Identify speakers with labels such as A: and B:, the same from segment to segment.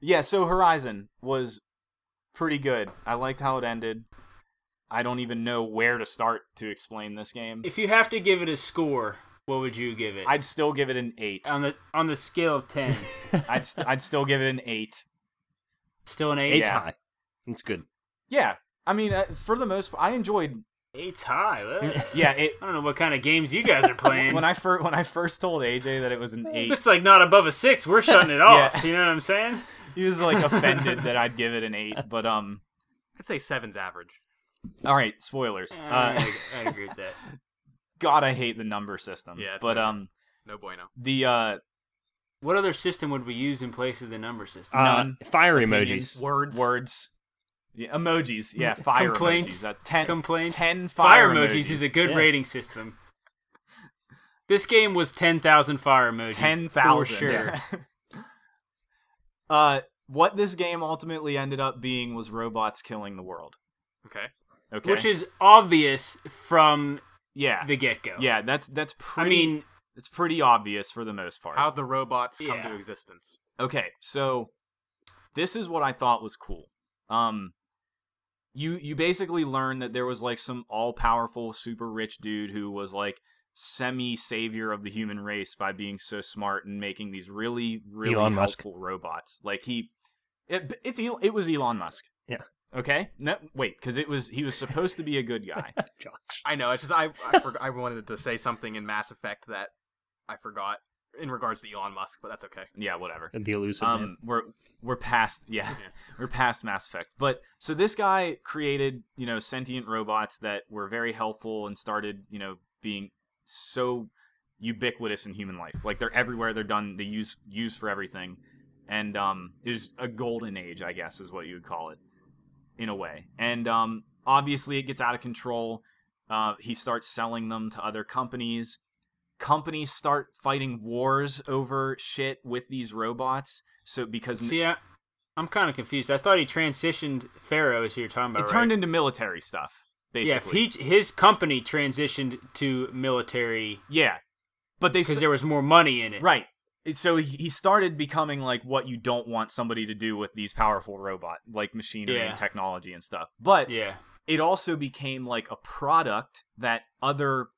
A: yeah, so Horizon was pretty good. I liked how it ended. I don't even know where to start to explain this game.
B: If you have to give it a score, what would you give it?
A: I'd still give it an eight.
B: on the on the scale of ten,
A: I'd st- I'd still give it an eight.
B: still an eight.
A: Eight's
B: Eight's
A: Yeah.
C: high. It's good.
A: Yeah, I mean, uh, for the most, I enjoyed.
B: high. what?
A: Yeah, it
B: I don't know what kind of games you guys are playing.
A: when I first when I first told AJ that it was an
B: if
A: eight,
B: it's like not above a six, we're shutting it off.
A: Yeah.
B: You know what I'm saying?
A: he was like offended that I'd give it an eight. But um,
D: I'd say seven's average.
A: all right, spoilers. Uh,
B: I, I agree with that.
A: God, I hate the number system.
D: Yeah, it's
A: but
D: bad.
A: um,
D: No bueno.
A: the uh,
B: What other system would we use in place of the number system?
A: Uh,
B: None.
A: None.
C: fire
A: Opinions.
C: emojis.
D: Words.
A: words, yeah, emojis, yeah, fire
B: Mm, Complaints.
A: emojis, uh, ten,
B: Complaints.
A: ten
B: fire,
A: fire
B: emojis is a good
C: Yeah.
B: rating system. This game was ten thousand fire emojis.
A: ten
B: for
A: thousand
B: sure.
A: uh, what this game ultimately ended up being was robots killing the world.
D: Okay.
A: Okay,
B: Which is obvious from
A: yeah,
B: the get go.
A: yeah. That's that's
B: I
A: pretty.
B: mean,
A: it's pretty obvious for the most part.
D: How'd the robots come
B: Yeah.
D: to existence?
A: okay so this is what i thought was cool um you you basically learn that there was like some all-powerful super rich dude who was like semi savior of the human race by being so smart and making these really really
C: Elon Musk.
A: helpful robots like he it, it's El- it was elon musk
C: Yeah.
A: okay no wait because it was he was supposed to be a good guy
C: Josh.
D: I know. It's just I I, forg I wanted to say something in Mass Effect that I forgot in regards to Elon Musk, but that's okay.
A: yeah whatever
C: The elusive man.
A: um, we're we're past yeah, we're past Mass Effect. But so this guy created you know sentient robots that were very helpful and started you know being so ubiquitous in human life. Like they're everywhere. They're done. They use use for everything, and um, it was a golden age, I guess, is what you would call it, in a way. And um, obviously, it gets out of control. Uh, he starts selling them to other companies. Companies start fighting wars over shit with these robots. So because
B: see, I, I'm kind of confused. I thought he transitioned Pharaoh, as you're talking
A: it
B: about.
A: turned
B: right?
A: into military stuff,
B: yeah. if
A: basically.
B: He his company transitioned to military
A: Yeah. but they
B: because
A: st-
B: there was more money in it.
A: right. And So he- he started becoming like what you don't want somebody to do with these powerful robot like machinery
B: Yeah.
A: and technology and stuff. But
B: Yeah.
A: it also became like a product that other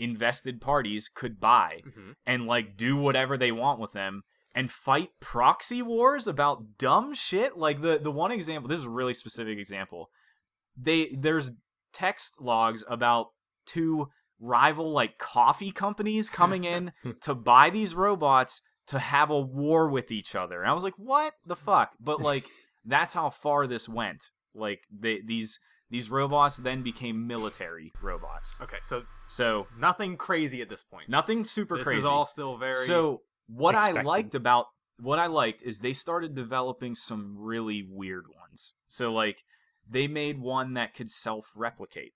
A: invested parties could buy
D: Mm-hmm.
A: and like do whatever they want with them and fight proxy wars about dumb shit like the the one example this is a really specific example they there's text logs about two rival like coffee companies coming in to buy these robots to have a war with each other and i was like what the fuck but like that's how far this went like they, these these robots then became military robots
D: Okay, so
A: so
D: nothing crazy at this point.
A: nothing super
D: this
A: crazy
D: is all still very.
A: so what I
C: expected.
A: liked about what I liked is they started developing some really weird ones. So like they made one that could self-replicate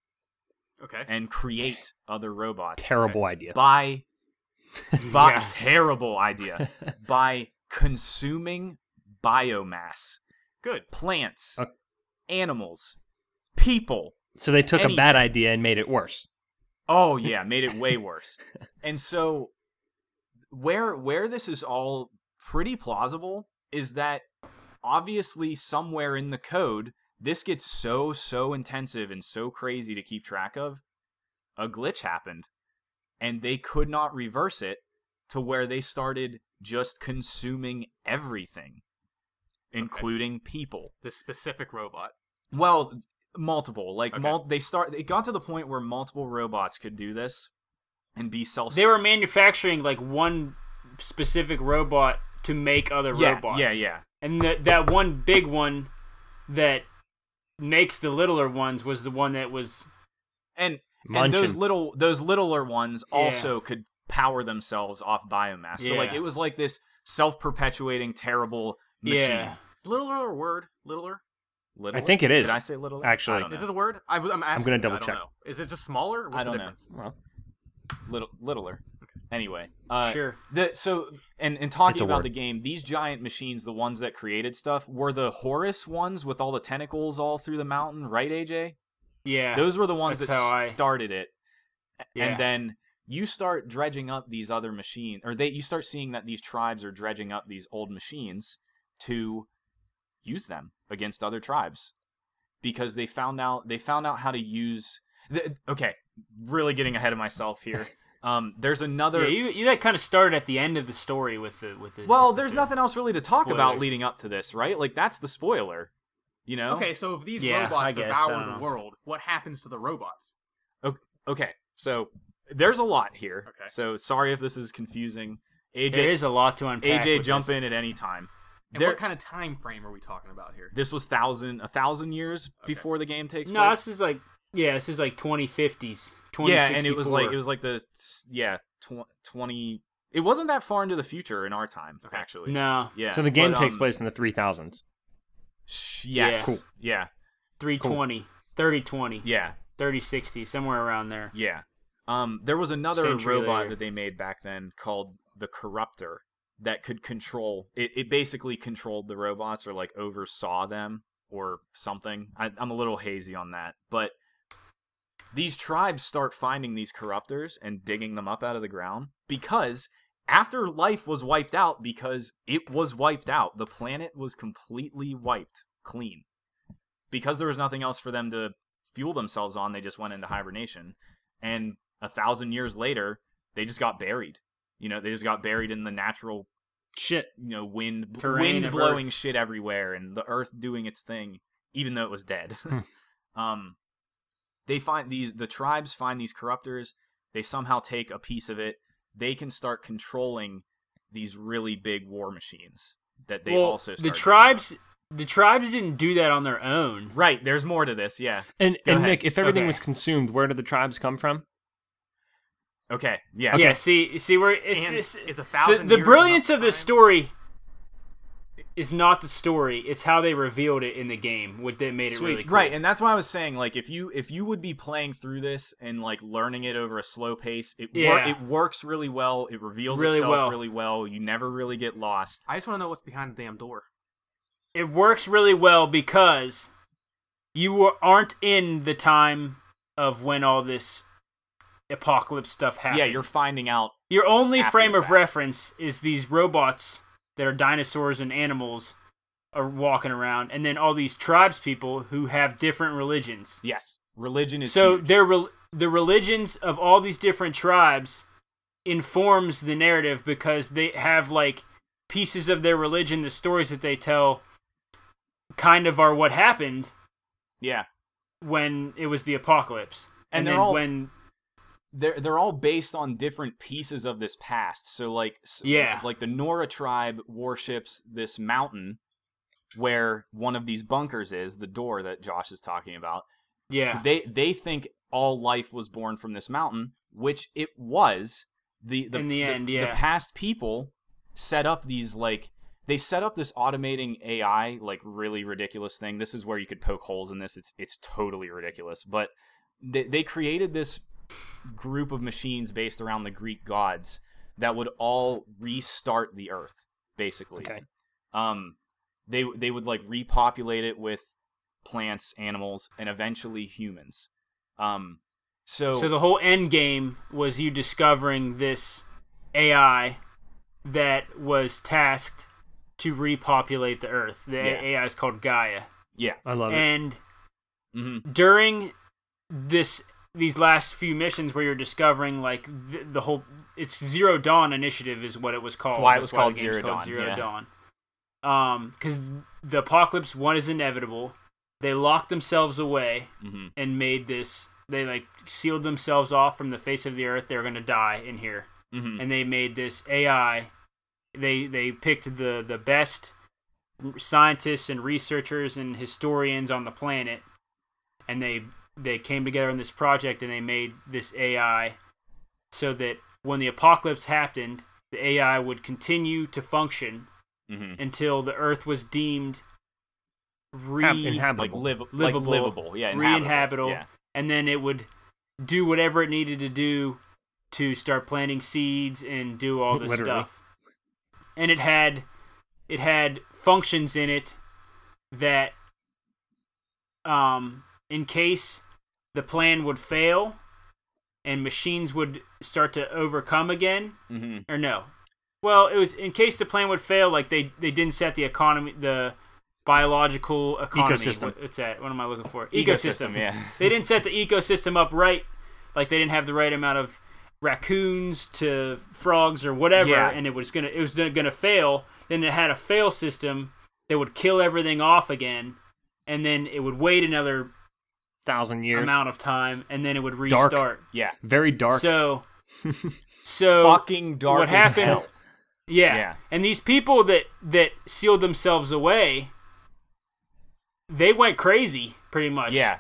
D: okay.
A: and create other robots
C: Terrible idea.
A: by by
B: Yeah.
A: terrible idea by consuming biomass,
D: Good.
A: plants,
C: Okay.
A: animals, people.
C: So they took
A: Any-
C: a bad idea and made it worse.
A: Oh yeah, made it way worse. and so where where this is all pretty plausible is that obviously somewhere in the code this gets so so intensive and so crazy to keep track of a glitch happened and they could not reverse it to where they started just consuming everything including people
D: This specific robot.
A: well, multiple. Like
D: Okay.
A: mul- they start it got to the point where multiple robots could do this and be self
B: They were manufacturing like one specific robot to make other
A: yeah,
B: robots.
A: Yeah, yeah.
B: And that that one big one that makes the littler ones was the one that was
A: And and
C: Munchin.
A: those little those littler ones
B: Yeah.
A: also could power themselves off biomass. So like
B: Yeah.
A: it was like this self-perpetuating terrible machine.
B: yeah.
D: Is littler a word? Littler?
A: Little?
C: I think it is,
A: Did I say little?
C: actually.
A: I don't know.
D: Is it a word? I, was- I'm asking.
C: gonna
D: you, I
C: double
D: don't
C: check.
D: know. Is it just smaller? What's
A: I don't
D: the
A: know.
D: difference?
C: well,
A: little littler. Anyway, uh,
B: sure.
A: The, so and and
C: It's
A: talking
C: a
A: about
C: word.
A: the game, these giant machines, the ones that created stuff, were the Horus ones with all the tentacles all through the mountain, right, AJ?
B: Yeah.
A: Those were the ones
B: That's
A: that
B: how I-
A: started it,
B: yeah.
A: and then you start dredging up these other machines, or they you start seeing that these tribes are dredging up these old machines to use them against other tribes because they found out they found out how to use. The, okay, really getting ahead of myself here. Um, there's another.
B: Yeah, you, you that kind of started at the end of the story with the with the.
A: well,
B: with
A: there's
B: the-
A: nothing else really to talk about
B: Spoilers.
A: leading up to this, right? Like that's the spoiler. You know.
D: Okay, so if these
B: Yeah, I
D: robots
B: guess, I
D: devour
B: don't
D: the
B: know.
D: world, what happens to the robots?
A: Okay. So there's a lot here.
D: Okay.
A: So sorry if this is confusing. AJ
B: There is a lot to unpack.
A: AJ
B: with
A: jump
B: this.
A: in at any time.
D: And
A: There,
D: what kind of time frame are we talking about here?
A: this was thousand a thousand years
D: Okay.
A: before the game takes
B: No,
A: place.
B: this is like yeah, this is like 2050s. 2064.
A: Yeah, and it was like it was like the s- yeah tw- twenty. It wasn't that far into the future in our time,
D: Okay.
A: actually.
B: no
A: Yeah.
C: So the game
A: but,
C: takes
A: um,
C: place in the 3000s.
A: sh- yes.
B: Yeah.
A: Yeah.
B: Cool.
A: Yeah.
B: 320, 3020,
A: Yeah.
B: 3060, somewhere around there.
A: Yeah. Um, there was another
B: Century
A: robot
B: later.
A: that they made back then called the Corruptor that could control. It, it basically controlled the robots or like oversaw them or something. I, I'm a little hazy on that, but these tribes start finding these corruptors and digging them up out of the ground because after life was wiped out because it was wiped out the planet was completely wiped clean because there was nothing else for them to fuel themselves on they just went into hibernation and a thousand years later they just got buried you know they just got buried in the natural
C: Shit.
A: you know wind
B: Terrain
A: wind
B: of
A: blowing
B: Earth.
A: shit everywhere and the earth doing its thing even though it was dead
B: Hmm.
A: um they find these the tribes find these corruptors they somehow take a piece of it they can start controlling these really big war machines that they
B: well,
A: also
B: the
A: start-
B: tribes the tribes didn't do that on their own.
A: right there's more to this yeah
C: And
A: Go
C: and
A: ahead.
C: Nick, if everything
B: Okay.
C: was consumed, where did the tribes come from?
A: okay yeah
B: Yeah, see see where it's,
D: and
B: it's,
D: is a
B: the,
D: thousand
B: the
D: years
B: brilliance
D: enough
B: of this
D: time?
B: story is not the story, it's how they revealed it in the game, what that made it
C: Sweet.
B: really cool.
A: right and that's why i was saying like if you if you would be playing through this and like learning it over a slow pace it wor-
B: Yeah.
A: it works really well it reveals
B: Really
A: itself
B: well.
A: really well you never really get lost
D: I just want to know what's behind the damn door.
B: it works really well because you were- aren't in the time of when all this apocalypse stuff happened.
A: yeah you're finding out
B: your only
A: after
B: frame
A: the
B: of
A: fact.
B: reference is these robots that are dinosaurs and animals are walking around, and then all these tribes people who have different religions.
A: yes religion is
B: so
A: huge.
B: their rel the religions of all these different tribes informs the narrative because they have like pieces of their religion the stories that they tell kind of are what happened
A: yeah
B: when it was the apocalypse
A: And
B: and,
A: they're
B: then
A: all-
B: when
A: they're they're all based on different pieces of this past. So like s-
B: Yeah.
A: like the Nora tribe worships this mountain where one of these bunkers is, the door that Josh is talking about.
B: yeah
A: They they think all life was born from this mountain, which it was. The the
B: In the end, yeah.
A: the past people set up these like they set up this automating AI like really ridiculous thing. This is where you could poke holes in this. It's it's totally ridiculous, but they they created this group of machines based around the Greek gods that would all restart the earth basically.
C: Okay.
A: Um they they would like repopulate it with plants, animals, and eventually humans. Um so,
B: so the whole end game was you discovering this ai that was tasked to repopulate the earth the
A: Yeah.
B: ai is called gaia
A: yeah.
C: I love it.
B: and
A: Mhm.
B: during this these last few missions where you're discovering like the, the whole it's zero dawn initiative is what it was called
A: That's why it was
B: That's
A: called
B: the game's
A: Zero Dawn, yeah.
B: dawn um because the apocalypse one is inevitable they locked themselves away
A: Mhm.
B: and made this they like sealed themselves off from the face of the earth they're gonna die in here
A: Mhm.
B: and they made this AI. They they picked the the best scientists and researchers and historians on the planet, and they they came together on this project and they made this AI so that when the apocalypse happened, the AI would continue to function
A: Mhm.
B: until the Earth was deemed re
C: Hab- inhabitable.
A: like live
B: livable,
A: like livable yeah
B: re-inhabitable,
A: yeah
B: and then it would do whatever it needed to do to start planting seeds and do all this
C: Literally.
B: stuff. And it had it had functions in it that um in case the plan would fail and machines would start to overcome again
A: hmm
B: or no. Well, it was in case the plan would fail like they they didn't set the economy the biological economy.
C: Ecosystem.
B: What's that? What am I looking for?
A: Ecosystem, yeah.
B: They didn't set the ecosystem up right. Like they didn't have the right amount of raccoons to frogs or whatever,
A: Yeah.
B: and it was gonna it was gonna fail. Then it had a fail system that would kill everything off again, and then it would wait another
C: Thousand years.
B: amount of time, and then it would
C: Dark.
B: restart.
A: Yeah.
C: Very dark.
B: So, so
A: Fucking dark.
B: what
A: as
B: happened-
A: hell.
B: yeah.
A: Yeah.
B: And these people that that sealed themselves away, they went crazy pretty much.
A: Yeah.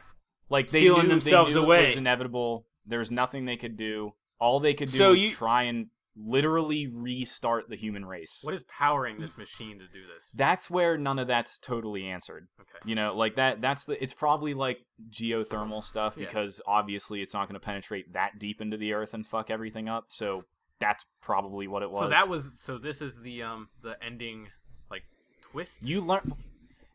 A: Like they
B: Sealing
A: knew,
B: themselves
A: they knew It
B: away.
A: was inevitable. There was nothing they could do. All they could do
B: So
A: was
B: you-
A: try and literally restart the human race.
D: What is powering this machine to do this?
A: that's where none of that's totally answered.
D: okay.
A: You know, like that that's the it's probably like geothermal stuff
D: Yeah.
A: because obviously it's not going to penetrate that deep into the earth and fuck everything up. So that's probably what it was.
D: So that was so this is the um the ending like twist.
A: you learn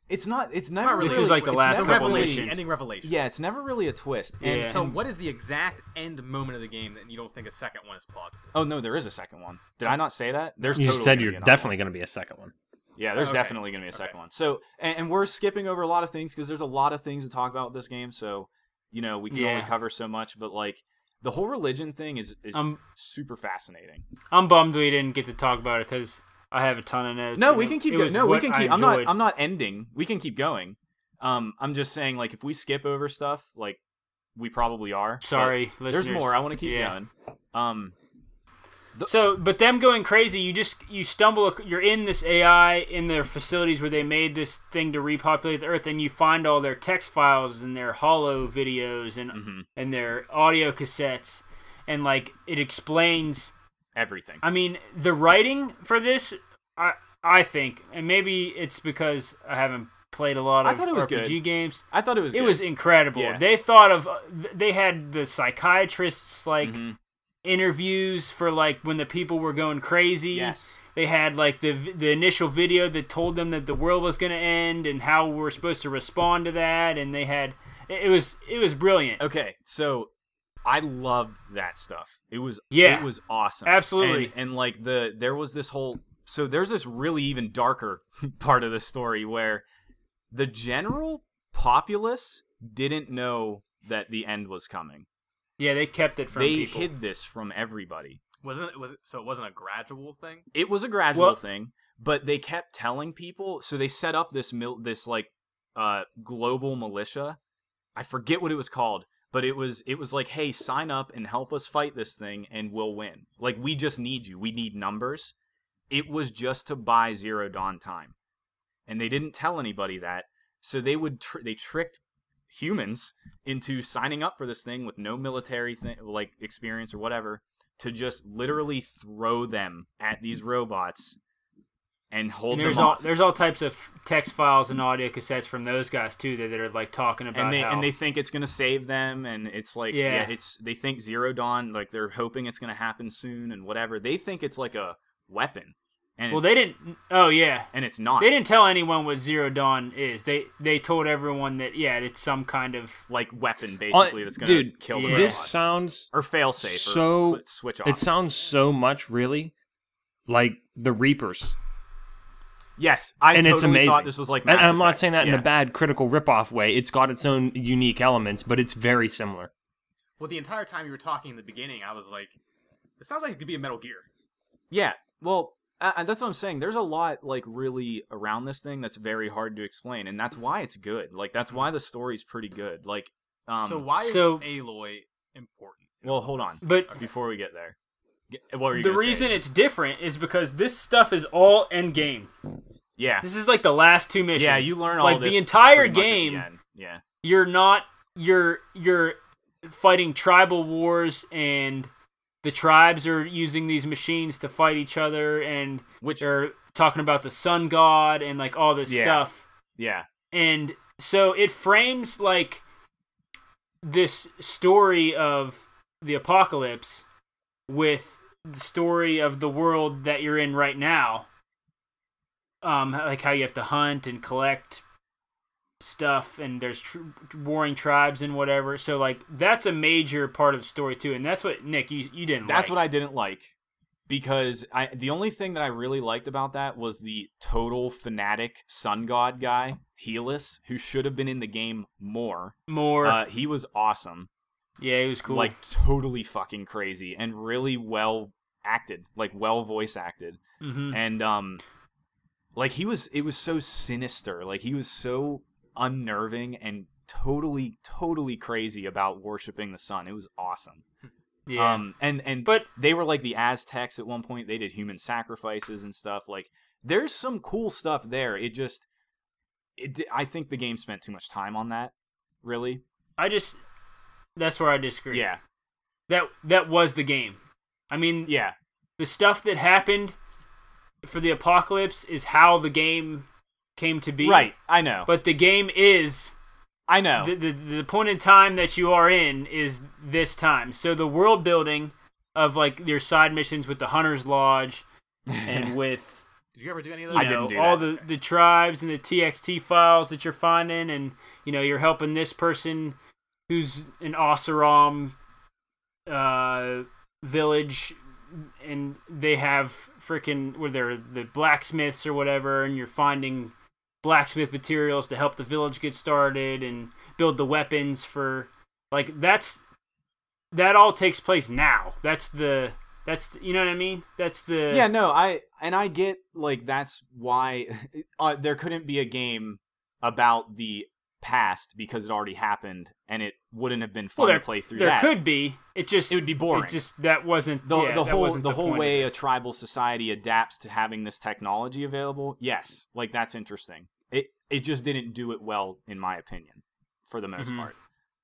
A: it's not it's never
D: Not
A: really,
B: This is like the
D: it's
B: last
D: never
B: couple
D: really-
B: nations.
D: ending revelation.
A: Yeah, it's never really a twist. And
B: Yeah.
D: So what is the exact end moment of the game that you don't think a second one is plausible?
A: oh no, there is a second one. Did I not say that? There's
C: you
A: totally
C: said
A: gonna
C: you're
A: be another one.
C: definitely going to be a second one.
A: Yeah, there's
D: Okay.
A: definitely going to be a second
D: Okay.
A: one. So, and, and we're skipping over a lot of things because there's a lot of things to talk about with this game. So, you know, we can only
B: Yeah.
A: cover so much. But like the whole religion thing is is
B: I'm
D: Um,
A: super fascinating.
B: I'm bummed we didn't get to talk about it because I have a ton of notes.
A: No,
B: and
A: we
B: it-
A: can keep
B: it
A: going.
B: was
A: No, we
B: what
A: can
B: I
A: keep. I'm not.
B: enjoyed.
A: I'm not ending. We can keep going. Um, I'm just saying, like, if we skip over stuff, like, we probably are. but
B: sorry.
A: there's more. I want to keep
B: yeah.
A: going. Um,
B: So, but them going crazy, you just you stumble. ac- You're in this AI in their facilities where they made this thing to repopulate the Earth, and you find all their text files and their hollow videos and
A: mhm,
B: and their audio cassettes, and like it explains
A: everything.
B: I mean, the writing for this, I I think, and maybe it's because I haven't played a lot
A: I
B: of
A: thought it was
B: RPG
A: good.
B: games.
A: I thought it was.
B: It
A: good.
B: was incredible.
A: Yeah.
B: They thought of uh, they had the psychiatrists like
A: Mhm.
B: interviews for like when the people were going crazy.
A: yes.
B: They had like the the initial video that told them that the world was going to end and how we're supposed to respond to that and they had it it was it was brilliant.
A: Okay, so I loved that stuff. It was
B: Yeah.
A: it was awesome.
B: Absolutely.
A: And, and like the there was this whole so there's this really even darker part of the story where the general populace didn't know that the end was coming.
B: Yeah, they kept it from
A: they
B: people.
A: hid this from everybody.
D: Wasn't it was it, so it wasn't a gradual thing?
A: It was a gradual
B: Well-
A: thing, but they kept telling people. So they set up this mil- this like uh global militia. I forget what it was called, but it was it was like, hey, sign up and help us fight this thing, and we'll win. Like we just need you. We need numbers. It was just to buy zero dawn time, and they didn't tell anybody that. So they would tr- they tricked humans into signing up for this thing with no military thing like experience or whatever to just literally throw them at these robots and hold
B: And
A: them
B: there's all
A: off.
B: there's all types of text files and audio cassettes from those guys too that, that are like talking about
A: and they
B: how
A: and they think it's gonna save them and it's like yeah.
B: Yeah.
A: it's they think zero dawn like they're hoping it's gonna happen soon and whatever they think it's like a weapon and
B: well
A: it,
B: they didn't oh yeah
A: and it's not
B: they didn't tell anyone what zero dawn is they they told everyone that yeah it's some kind of
A: like weapon
B: Uh,
A: basically that's gonna
C: dude,
A: kill the
B: yeah.
C: This
A: robot.
C: sounds.
A: or fail safe
C: so-
A: or fl- switch off
C: It sounds so much really like the Reapers.
A: yes I
C: and
A: totally
C: it's amazing.
A: thought this was like
C: and and
A: Mass
C: I'm not
A: Effect.
C: saying that in
A: Yeah.
C: a bad critical ripoff way. It's got its own unique elements, but it's very similar.
D: Well, the entire time you were talking in the beginning, I was like, it sounds like it could be a Metal Gear.
A: Yeah. Well, uh, uh, that's what I'm saying. There's a lot like really around this thing that's very hard to explain, and that's why it's good. Like that's why the story's pretty good. Like, um,
D: so why is
B: so-
D: Aloy important?
A: Well, hold on.
B: but
A: Before we get there, G- what were you
B: the
A: gonna say?
B: reason it's different is because this stuff is all end game
A: yeah,
B: this is like the last two missions
A: yeah, you learn all
B: like
A: this
B: the entire
A: pretty much at the
B: game
A: end. Yeah,
B: you're not you're you're fighting tribal wars and the tribes are using these machines to fight each other and
A: which
B: they're talking about the sun god and like all this
A: Yeah.
B: stuff
A: yeah,
B: and so it frames like this story of the apocalypse with the story of the world that you're in right now um like how you have to hunt and collect stuff and there's tr- warring tribes and whatever so like that's a major part of the story too and that's what nick you, you didn't
A: that's
B: like.
A: what I didn't like. because I the only thing that I really liked about that was the total fanatic sun god guy Helis, who should have been in the game more.
B: More.
A: Uh, he was awesome,
B: yeah, it was cool.
A: like totally fucking crazy, and really well acted, like well voice acted,
B: hmm
A: and um, like he was it was so sinister, like he was so unnerving and totally totally crazy about worshiping the sun. It was awesome.
B: Yeah.
A: Um, and and
B: But-
A: they were like the Aztecs at one point. They did human sacrifices and stuff. Like there's some cool stuff there. It just, it di- I think the game spent too much time on that. Really?
B: I just that's where I disagree.
A: Yeah,
B: That that was the game. I mean,
A: yeah,
B: the stuff that happened for the apocalypse is how the game came to be.
A: right. I know.
B: But the game is
A: I know.
B: the, the the point in time that you are in is this time. So the world building of like your side missions with the Hunter's Lodge and with
D: Did you ever do any of
B: you
D: those?
A: I didn't
B: know,
A: do
B: all
A: that.
B: the the tribes and the TXT files that you're finding, and you know you're helping this person who's an Osirom uh, village, and they have freaking where they're the blacksmiths or whatever, and you're finding blacksmith materials to help the village get started and build the weapons for like that's that all takes place now. That's the that's the, you know what I mean. That's the
A: yeah, no. I and I get like that's why uh, there couldn't be a game about the past because it already happened and it wouldn't have been fun
B: Well, there-
A: to play through
B: there
A: that.
B: could be. It just
A: it would be boring.
B: It just that wasn't
A: the,
B: yeah,
A: the
B: that
A: whole the,
B: wasn't
A: whole
B: point of
A: way a
B: this.
A: tribal society adapts to having this technology available yes like that's interesting it it just didn't do it well in my opinion for the most
B: Mhm.
A: part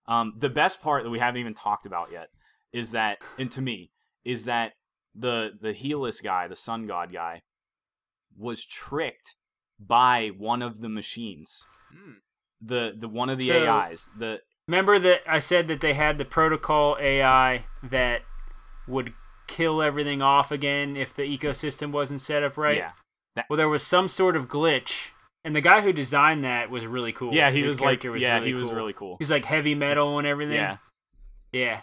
A: um the best part that we haven't even talked about yet is that and to me is that the the helis guy the sun god guy was tricked by one of the machines
D: Hmm.
A: the the one of the
B: So-
A: ais the
B: Remember that I said that they had the protocol AI that would kill everything off again if the ecosystem wasn't set up right.
A: yeah
B: Well, there was some sort of glitch, and the guy who designed that was really cool.
A: yeah he
B: His
A: was like
B: character
A: yeah
B: really
A: he was
B: cool.
A: really cool
B: He's like heavy metal and everything.
A: yeah
B: Yeah.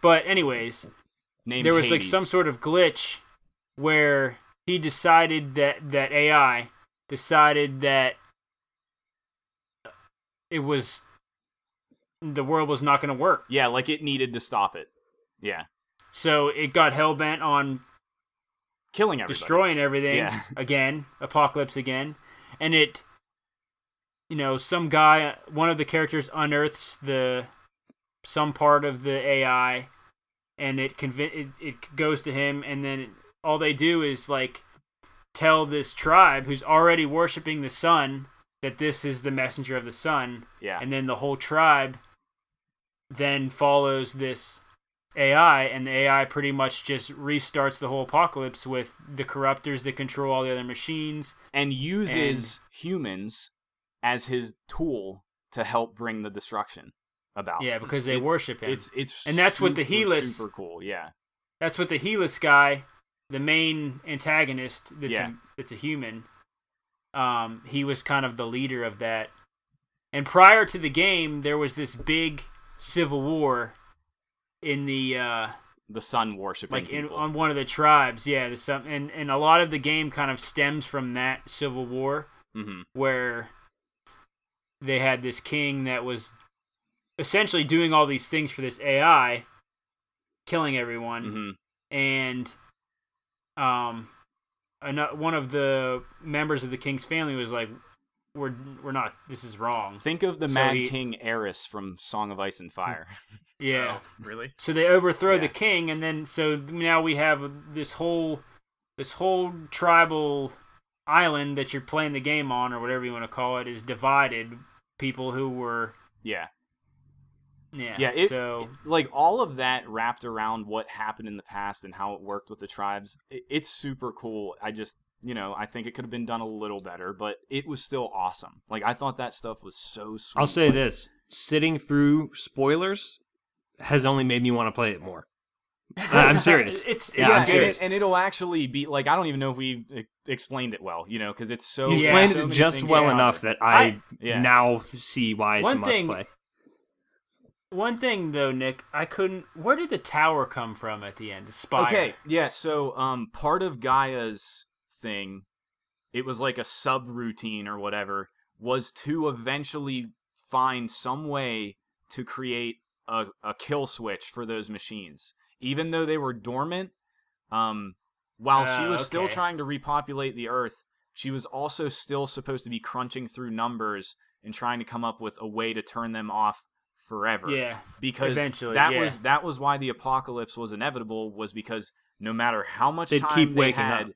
B: But anyways,
A: Named
B: there was like
A: Hades.
B: some sort of glitch where he decided that that AI decided that it was the world was not going to work.
A: Yeah, like it needed to stop it. Yeah,
B: So it got hell bent on
A: killing everybody.
B: destroying everything
A: Yeah.
B: again, apocalypse again, and it you know, some guy one of the characters unearths the some part of the AI and it convin- it, it goes to him and then all they do is like tell this tribe who's already worshiping the sun that this is the messenger of the sun
A: Yeah,
B: and then the whole tribe then follows this AI, and the AI pretty much just restarts the whole apocalypse with the corruptors that control all the other machines.
A: and uses humans as his tool to help bring the destruction about.
B: Yeah, because they
A: It-
B: worship him.
A: It's it's
B: And that's what the
A: super,
B: Helis-
A: super cool. Yeah,
B: That's what the Helis guy, the main antagonist, that's
A: Yeah.
B: a, that's a human. Um, he was kind of the leader of that. And prior to the game, there was this big civil war in the uh,
A: the sun worshiping
B: like in,
A: people.
B: on one of the tribes yeah there's some and, and a lot of the game kind of stems from that civil war
A: hmm
B: where they had this king that was essentially doing all these things for this ai killing everyone
A: hmm
B: and um ano- one of the members of the king's family was like we're we're not this is wrong
A: Think of the
B: So
A: Mad
B: he-
A: King Eris from Song of Ice and Fire.
B: yeah
D: Oh, really?
B: So they overthrow
A: Yeah.
B: the king, and then so now we have this whole this whole tribal island that you're playing the game on, or whatever you want to call it, is divided. People who were
A: yeah,
B: yeah,
A: yeah. It,
B: so
A: it- like all of that wrapped around what happened in the past and how it worked with the tribes. It, it's super cool. I just, you know, I think it could have been done a little better, but it was still awesome. Like I thought that stuff was so sweet.
C: I'll say this: sitting through spoilers has only made me want to play it more. I- I'm serious.
B: It's, it's
C: Yeah, I'm
A: and,
B: good.
C: serious.
A: it, and it'll actually be like I don't even know if we e- explained it well, you know, because it's so.
C: You
B: Yeah.
C: explained
A: so
C: it
A: many
C: just
A: things
C: well
A: happen.
C: enough that I,
A: I- yeah.
C: now see why it's
B: One
C: a must
B: thing-
C: play.
B: One thing though, Nick, I couldn't. Where did the tower come from at the end? The spire.
A: Okay, yeah. So, um, part of Gaia's thing, it was like a subroutine or whatever, was to eventually find some way to create a, a kill switch for those machines, even though they were dormant. Um, while she
B: Oh,
A: was still
B: okay.
A: trying to repopulate the Earth, she was also still supposed to be crunching through numbers and trying to come up with a way to turn them off forever
B: Yeah.
A: because
B: Eventually,
A: that
B: yeah.
A: was that was why the apocalypse was inevitable was because no matter how much
C: They'd
A: time
C: keep
A: they
C: waking
A: had,
C: up.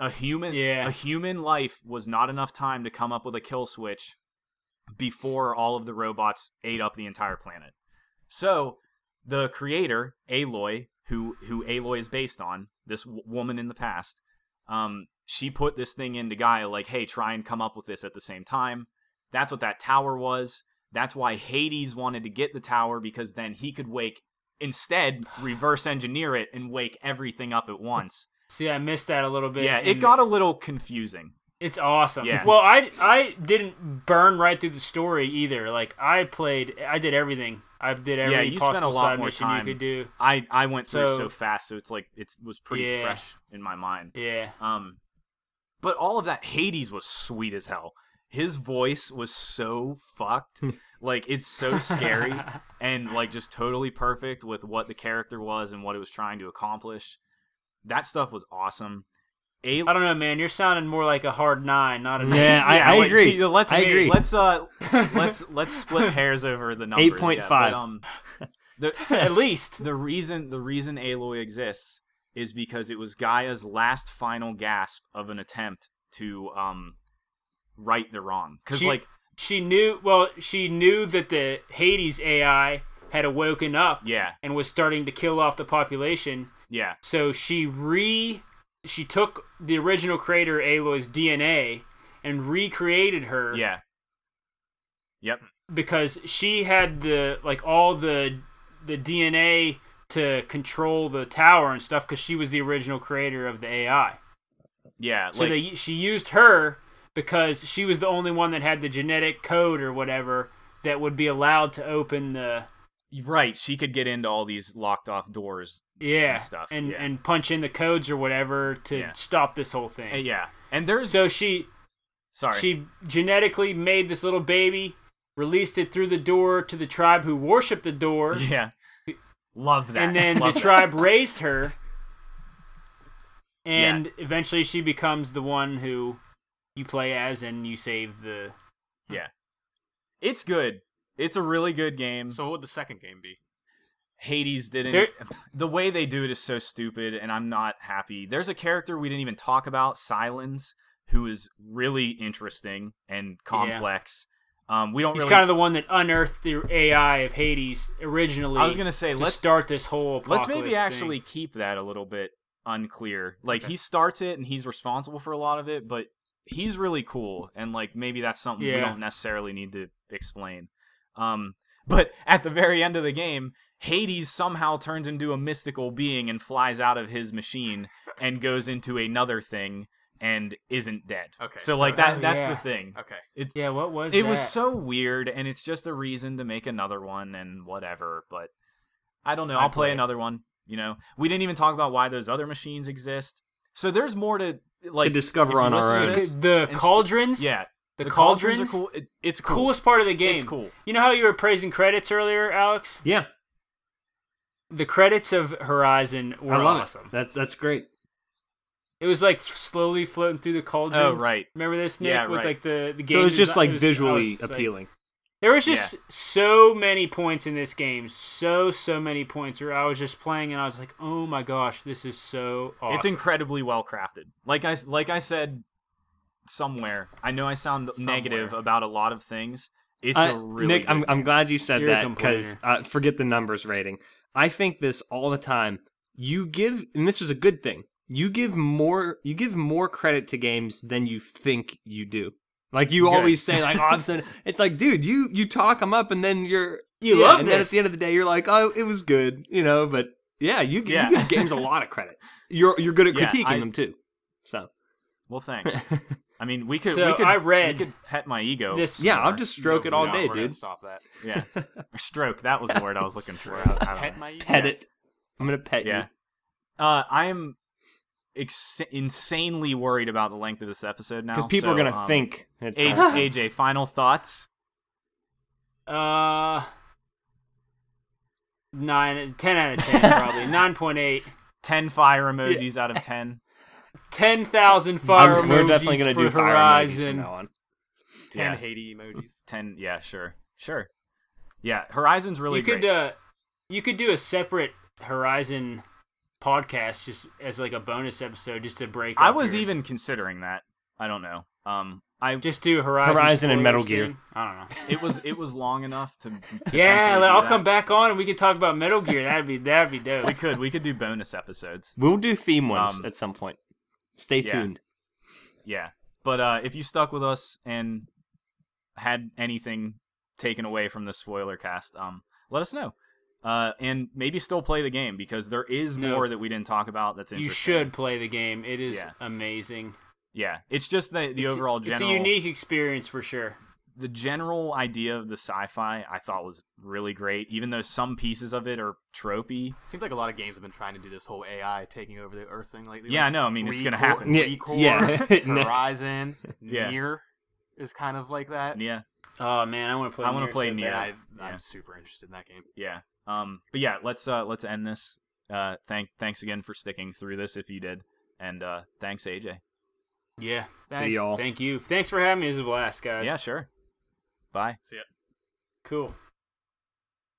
A: a human
B: Yeah.
A: a human life was not enough time to come up with a kill switch before all of the robots ate up the entire planet. So the creator Aloy, who who Aloy is based on, this w- woman in the past, um, she put this thing into Gaia like, hey, try and come up with this at the same time. That's what that tower was. That's why Hades wanted to get the tower because then he could wake. Instead, reverse engineer it and wake everything up at once.
B: See, I missed that a little bit.
A: yeah, it
B: in-
A: got a little confusing.
B: It's awesome.
A: Yeah.
B: Well, I I didn't burn right through the story either. Like I played, I did everything. I did every
A: Yeah, you
B: possible
A: spent a lot
B: side
A: more
B: mission
A: time.
B: you could do.
A: I I went through it
B: So-
A: so fast, so it's like it was pretty
B: Yeah.
A: fresh in my mind.
B: Yeah.
A: Um, but all of that Hades was sweet as hell. His voice was so fucked, like it's so scary and like just totally perfect with what the character was and what it was trying to accomplish. That stuff was awesome. A-
B: I don't know, man. You're sounding more like a hard nine, not a
C: Yeah, I, I
A: like,
C: agree.
A: see, let's
C: I
A: make-
C: agree.
A: let's uh let's let's split hairs over the numbers. yeah, but,
C: 8.5.
A: um, the,
B: At least.
A: the reason the reason Aloy exists is because it was Gaia's last final gasp of an attempt to um right the wrong. Because
B: She-
A: like
B: She knew. Well, she knew that the Hades AI had awoken up
A: yeah
B: and was starting to kill off the population.
A: yeah
B: So she re she took the original creator Aloy's DNA and recreated her
A: yeah yep
B: because she had the like all the the DNA to control the tower and stuff because she was the original creator of the AI.
A: yeah
B: So
A: like
B: they she used her because she was the only one that had the genetic code or whatever that would be allowed to open the
A: right she could get into all these locked off doors.
B: yeah
A: And stuff,
B: and,
A: yeah.
B: and punch in the codes or whatever to
A: Yeah.
B: stop this whole thing.
A: And, yeah, and there's
B: So she
A: sorry
B: She genetically made this little baby, released it through the door to the tribe who worshiped the door,
A: yeah love that
B: and then the
A: Love that.
B: tribe raised her. And eventually she becomes the one who you play as and you save the
A: it's good it's a really good game.
D: So what would the second game be?
A: Hades didn't.
B: There-
A: the way they do it is so stupid, and I'm not happy. There's a character we didn't even talk about, Silence, who is really interesting and complex. Um, we don't
B: He's
A: really.
B: kind of the one that unearthed the AI of Hades originally.
A: I was gonna say
B: to
A: let's
B: start this whole
A: let's
B: apocalypse
A: maybe
B: thing.
A: actually keep that a little bit unclear. Like he starts it and he's responsible for a lot of it, but he's really cool, and like maybe that's something we
B: Yeah.
A: don't necessarily need to explain. Um, but at the very end of the game, Hades somehow turns into a mystical being and flies out of his machine and goes into another thing and isn't dead.
D: Okay,
A: so
D: so-
A: like that
B: Oh,
A: that's
B: yeah.
A: the thing.
D: Okay.
A: It's
B: Yeah, what was
A: it was
B: that?
A: so weird and it's just a reason to make another one and whatever but i don't know
B: I'd
A: i'll play
B: play it.
A: another one you know we didn't even talk about why those other machines exist so there's more to like
C: To discover
A: if you
C: on our
A: listen to
C: own.
A: this-
B: the
A: and st-
B: cauldrons.
A: yeah
B: the,
A: cauldrons,
B: cauldrons,
A: are cool It- it's cool.
B: coolest part of the game.
A: it's cool
B: You know how you were praising credits earlier, Alex?
C: yeah,
B: The credits of Horizon were
C: I love
B: awesome.
C: it. That's that's great.
B: It. was like slowly floating through the cauldron.
A: oh right
B: Remember this, Nick?
A: Yeah,
B: With
A: right.
B: like the, the game.
C: So it was just
B: design-
C: like
B: it was- I
C: visually
B: was, like-
C: appealing.
B: there was just so many points in this game, so so many points where I was just playing and I was like, oh my gosh, this is so awesome.
A: it's incredibly well crafted like i s- like i said somewhere i know i sound negative
D: Somewhere.
A: about a lot of things it's
C: Uh,
A: a really
C: Nick, I'm
A: good-
C: I'm glad you said
B: You're a
C: that because uh, forget the numbers rating. I think this all the time. You give, and this is a good thing. You give more. You give more credit to games than you think you do. Like you
A: Good.
C: always say, like oh, I'm so- It's like, dude, you you talk them up, and then you're
B: You
C: yeah,
B: love
C: and then at
B: this.
C: the end of the day, you're like, oh, it was good, you know. But yeah, you,
A: Yeah.
C: you give games a lot of credit. You're you're good at
A: Yeah,
C: critiquing
A: I-
C: them too. So
A: well thanks I mean, we could.
B: So
A: we could,
B: I read
A: We could pet my ego.
B: This
C: Yeah, I'll
A: more.
C: just stroke it
E: No,
C: all
E: no,
C: day,
E: we're gonna
C: dude.
E: Stop that.
A: Yeah. Or stroke. That was the word I was looking for. I, I don't
E: Pet
A: know.
E: my ego.
C: Pet it. I'm gonna pet
A: Yeah. Uh, I am ex- insanely worried about the length of this episode now.
C: you because people are
A: so,
C: gonna
A: um,
C: think it's
A: A-
C: not-
A: AJ, final thoughts?
B: Uh, nine, 10 out of 10, probably. 9.8.
A: 10 fire emojis out of 10.
B: 10,000 fire
C: I'm- we're definitely
B: emojis
C: gonna
B: for
C: do fire emojis from
B: Horizon.
C: now on.
D: Ten
A: Yeah.
D: Haiti emojis.
A: 10, yeah, sure. Sure. Yeah, Horizon's really
B: you could
A: great.
B: uh, you could do a separate Horizon podcast just as like a bonus episode just to break
A: I
B: up
A: was
B: your-
A: even considering that. I don't know. Um, I
B: just do Horizon,
C: Horizon and
B: spoilers
C: Metal Gear.
B: thing. I don't know.
A: it was it was long enough to
B: Yeah,
A: potentially do
B: I'll
A: that.
B: come back on and we can talk about Metal Gear. That'd be that'd be
A: We
B: dope.
A: could we could do bonus episodes.
C: We'll do theme ones
A: Um,
C: at some point. Stay
A: yeah.
C: tuned.
A: Yeah. But uh, if you stuck with us and had anything taken away from the spoiler cast, um, let us know. Uh, and maybe still play the game because there is
B: No.
A: more that we didn't talk about that's
B: You
A: interesting.
B: should play the game. It is
A: Yeah.
B: amazing.
A: Yeah. It's just the, the
B: It's-
A: overall
B: It's a
A: general
B: unique experience for sure.
A: the general idea of the sci-fi I thought was really great, even though some pieces of it are tropey.
D: Seems like a lot of games have been trying to do this whole AI taking over the Earth thing lately.
A: Yeah,
D: like
A: no, I mean it's gonna
D: Recore-
A: happen.
C: Yeah,
D: Recore,
C: yeah.
D: Horizon,
A: Yeah.
D: Near is kind of like that.
A: Yeah.
B: Oh man, I want to play.
A: I wanna
B: Nier
A: play
B: so
A: Nier.
B: bad.
D: I,
A: Yeah.
D: I'm super interested in that game.
A: yeah um but yeah let's uh let's end this uh thank thanks again for sticking through this if you did and uh thanks aj
B: Yeah.
C: See
B: Thanks.
C: y'all.
B: Thank you. Thanks for having me. It was a blast, guys.
A: yeah sure bye
B: Cool.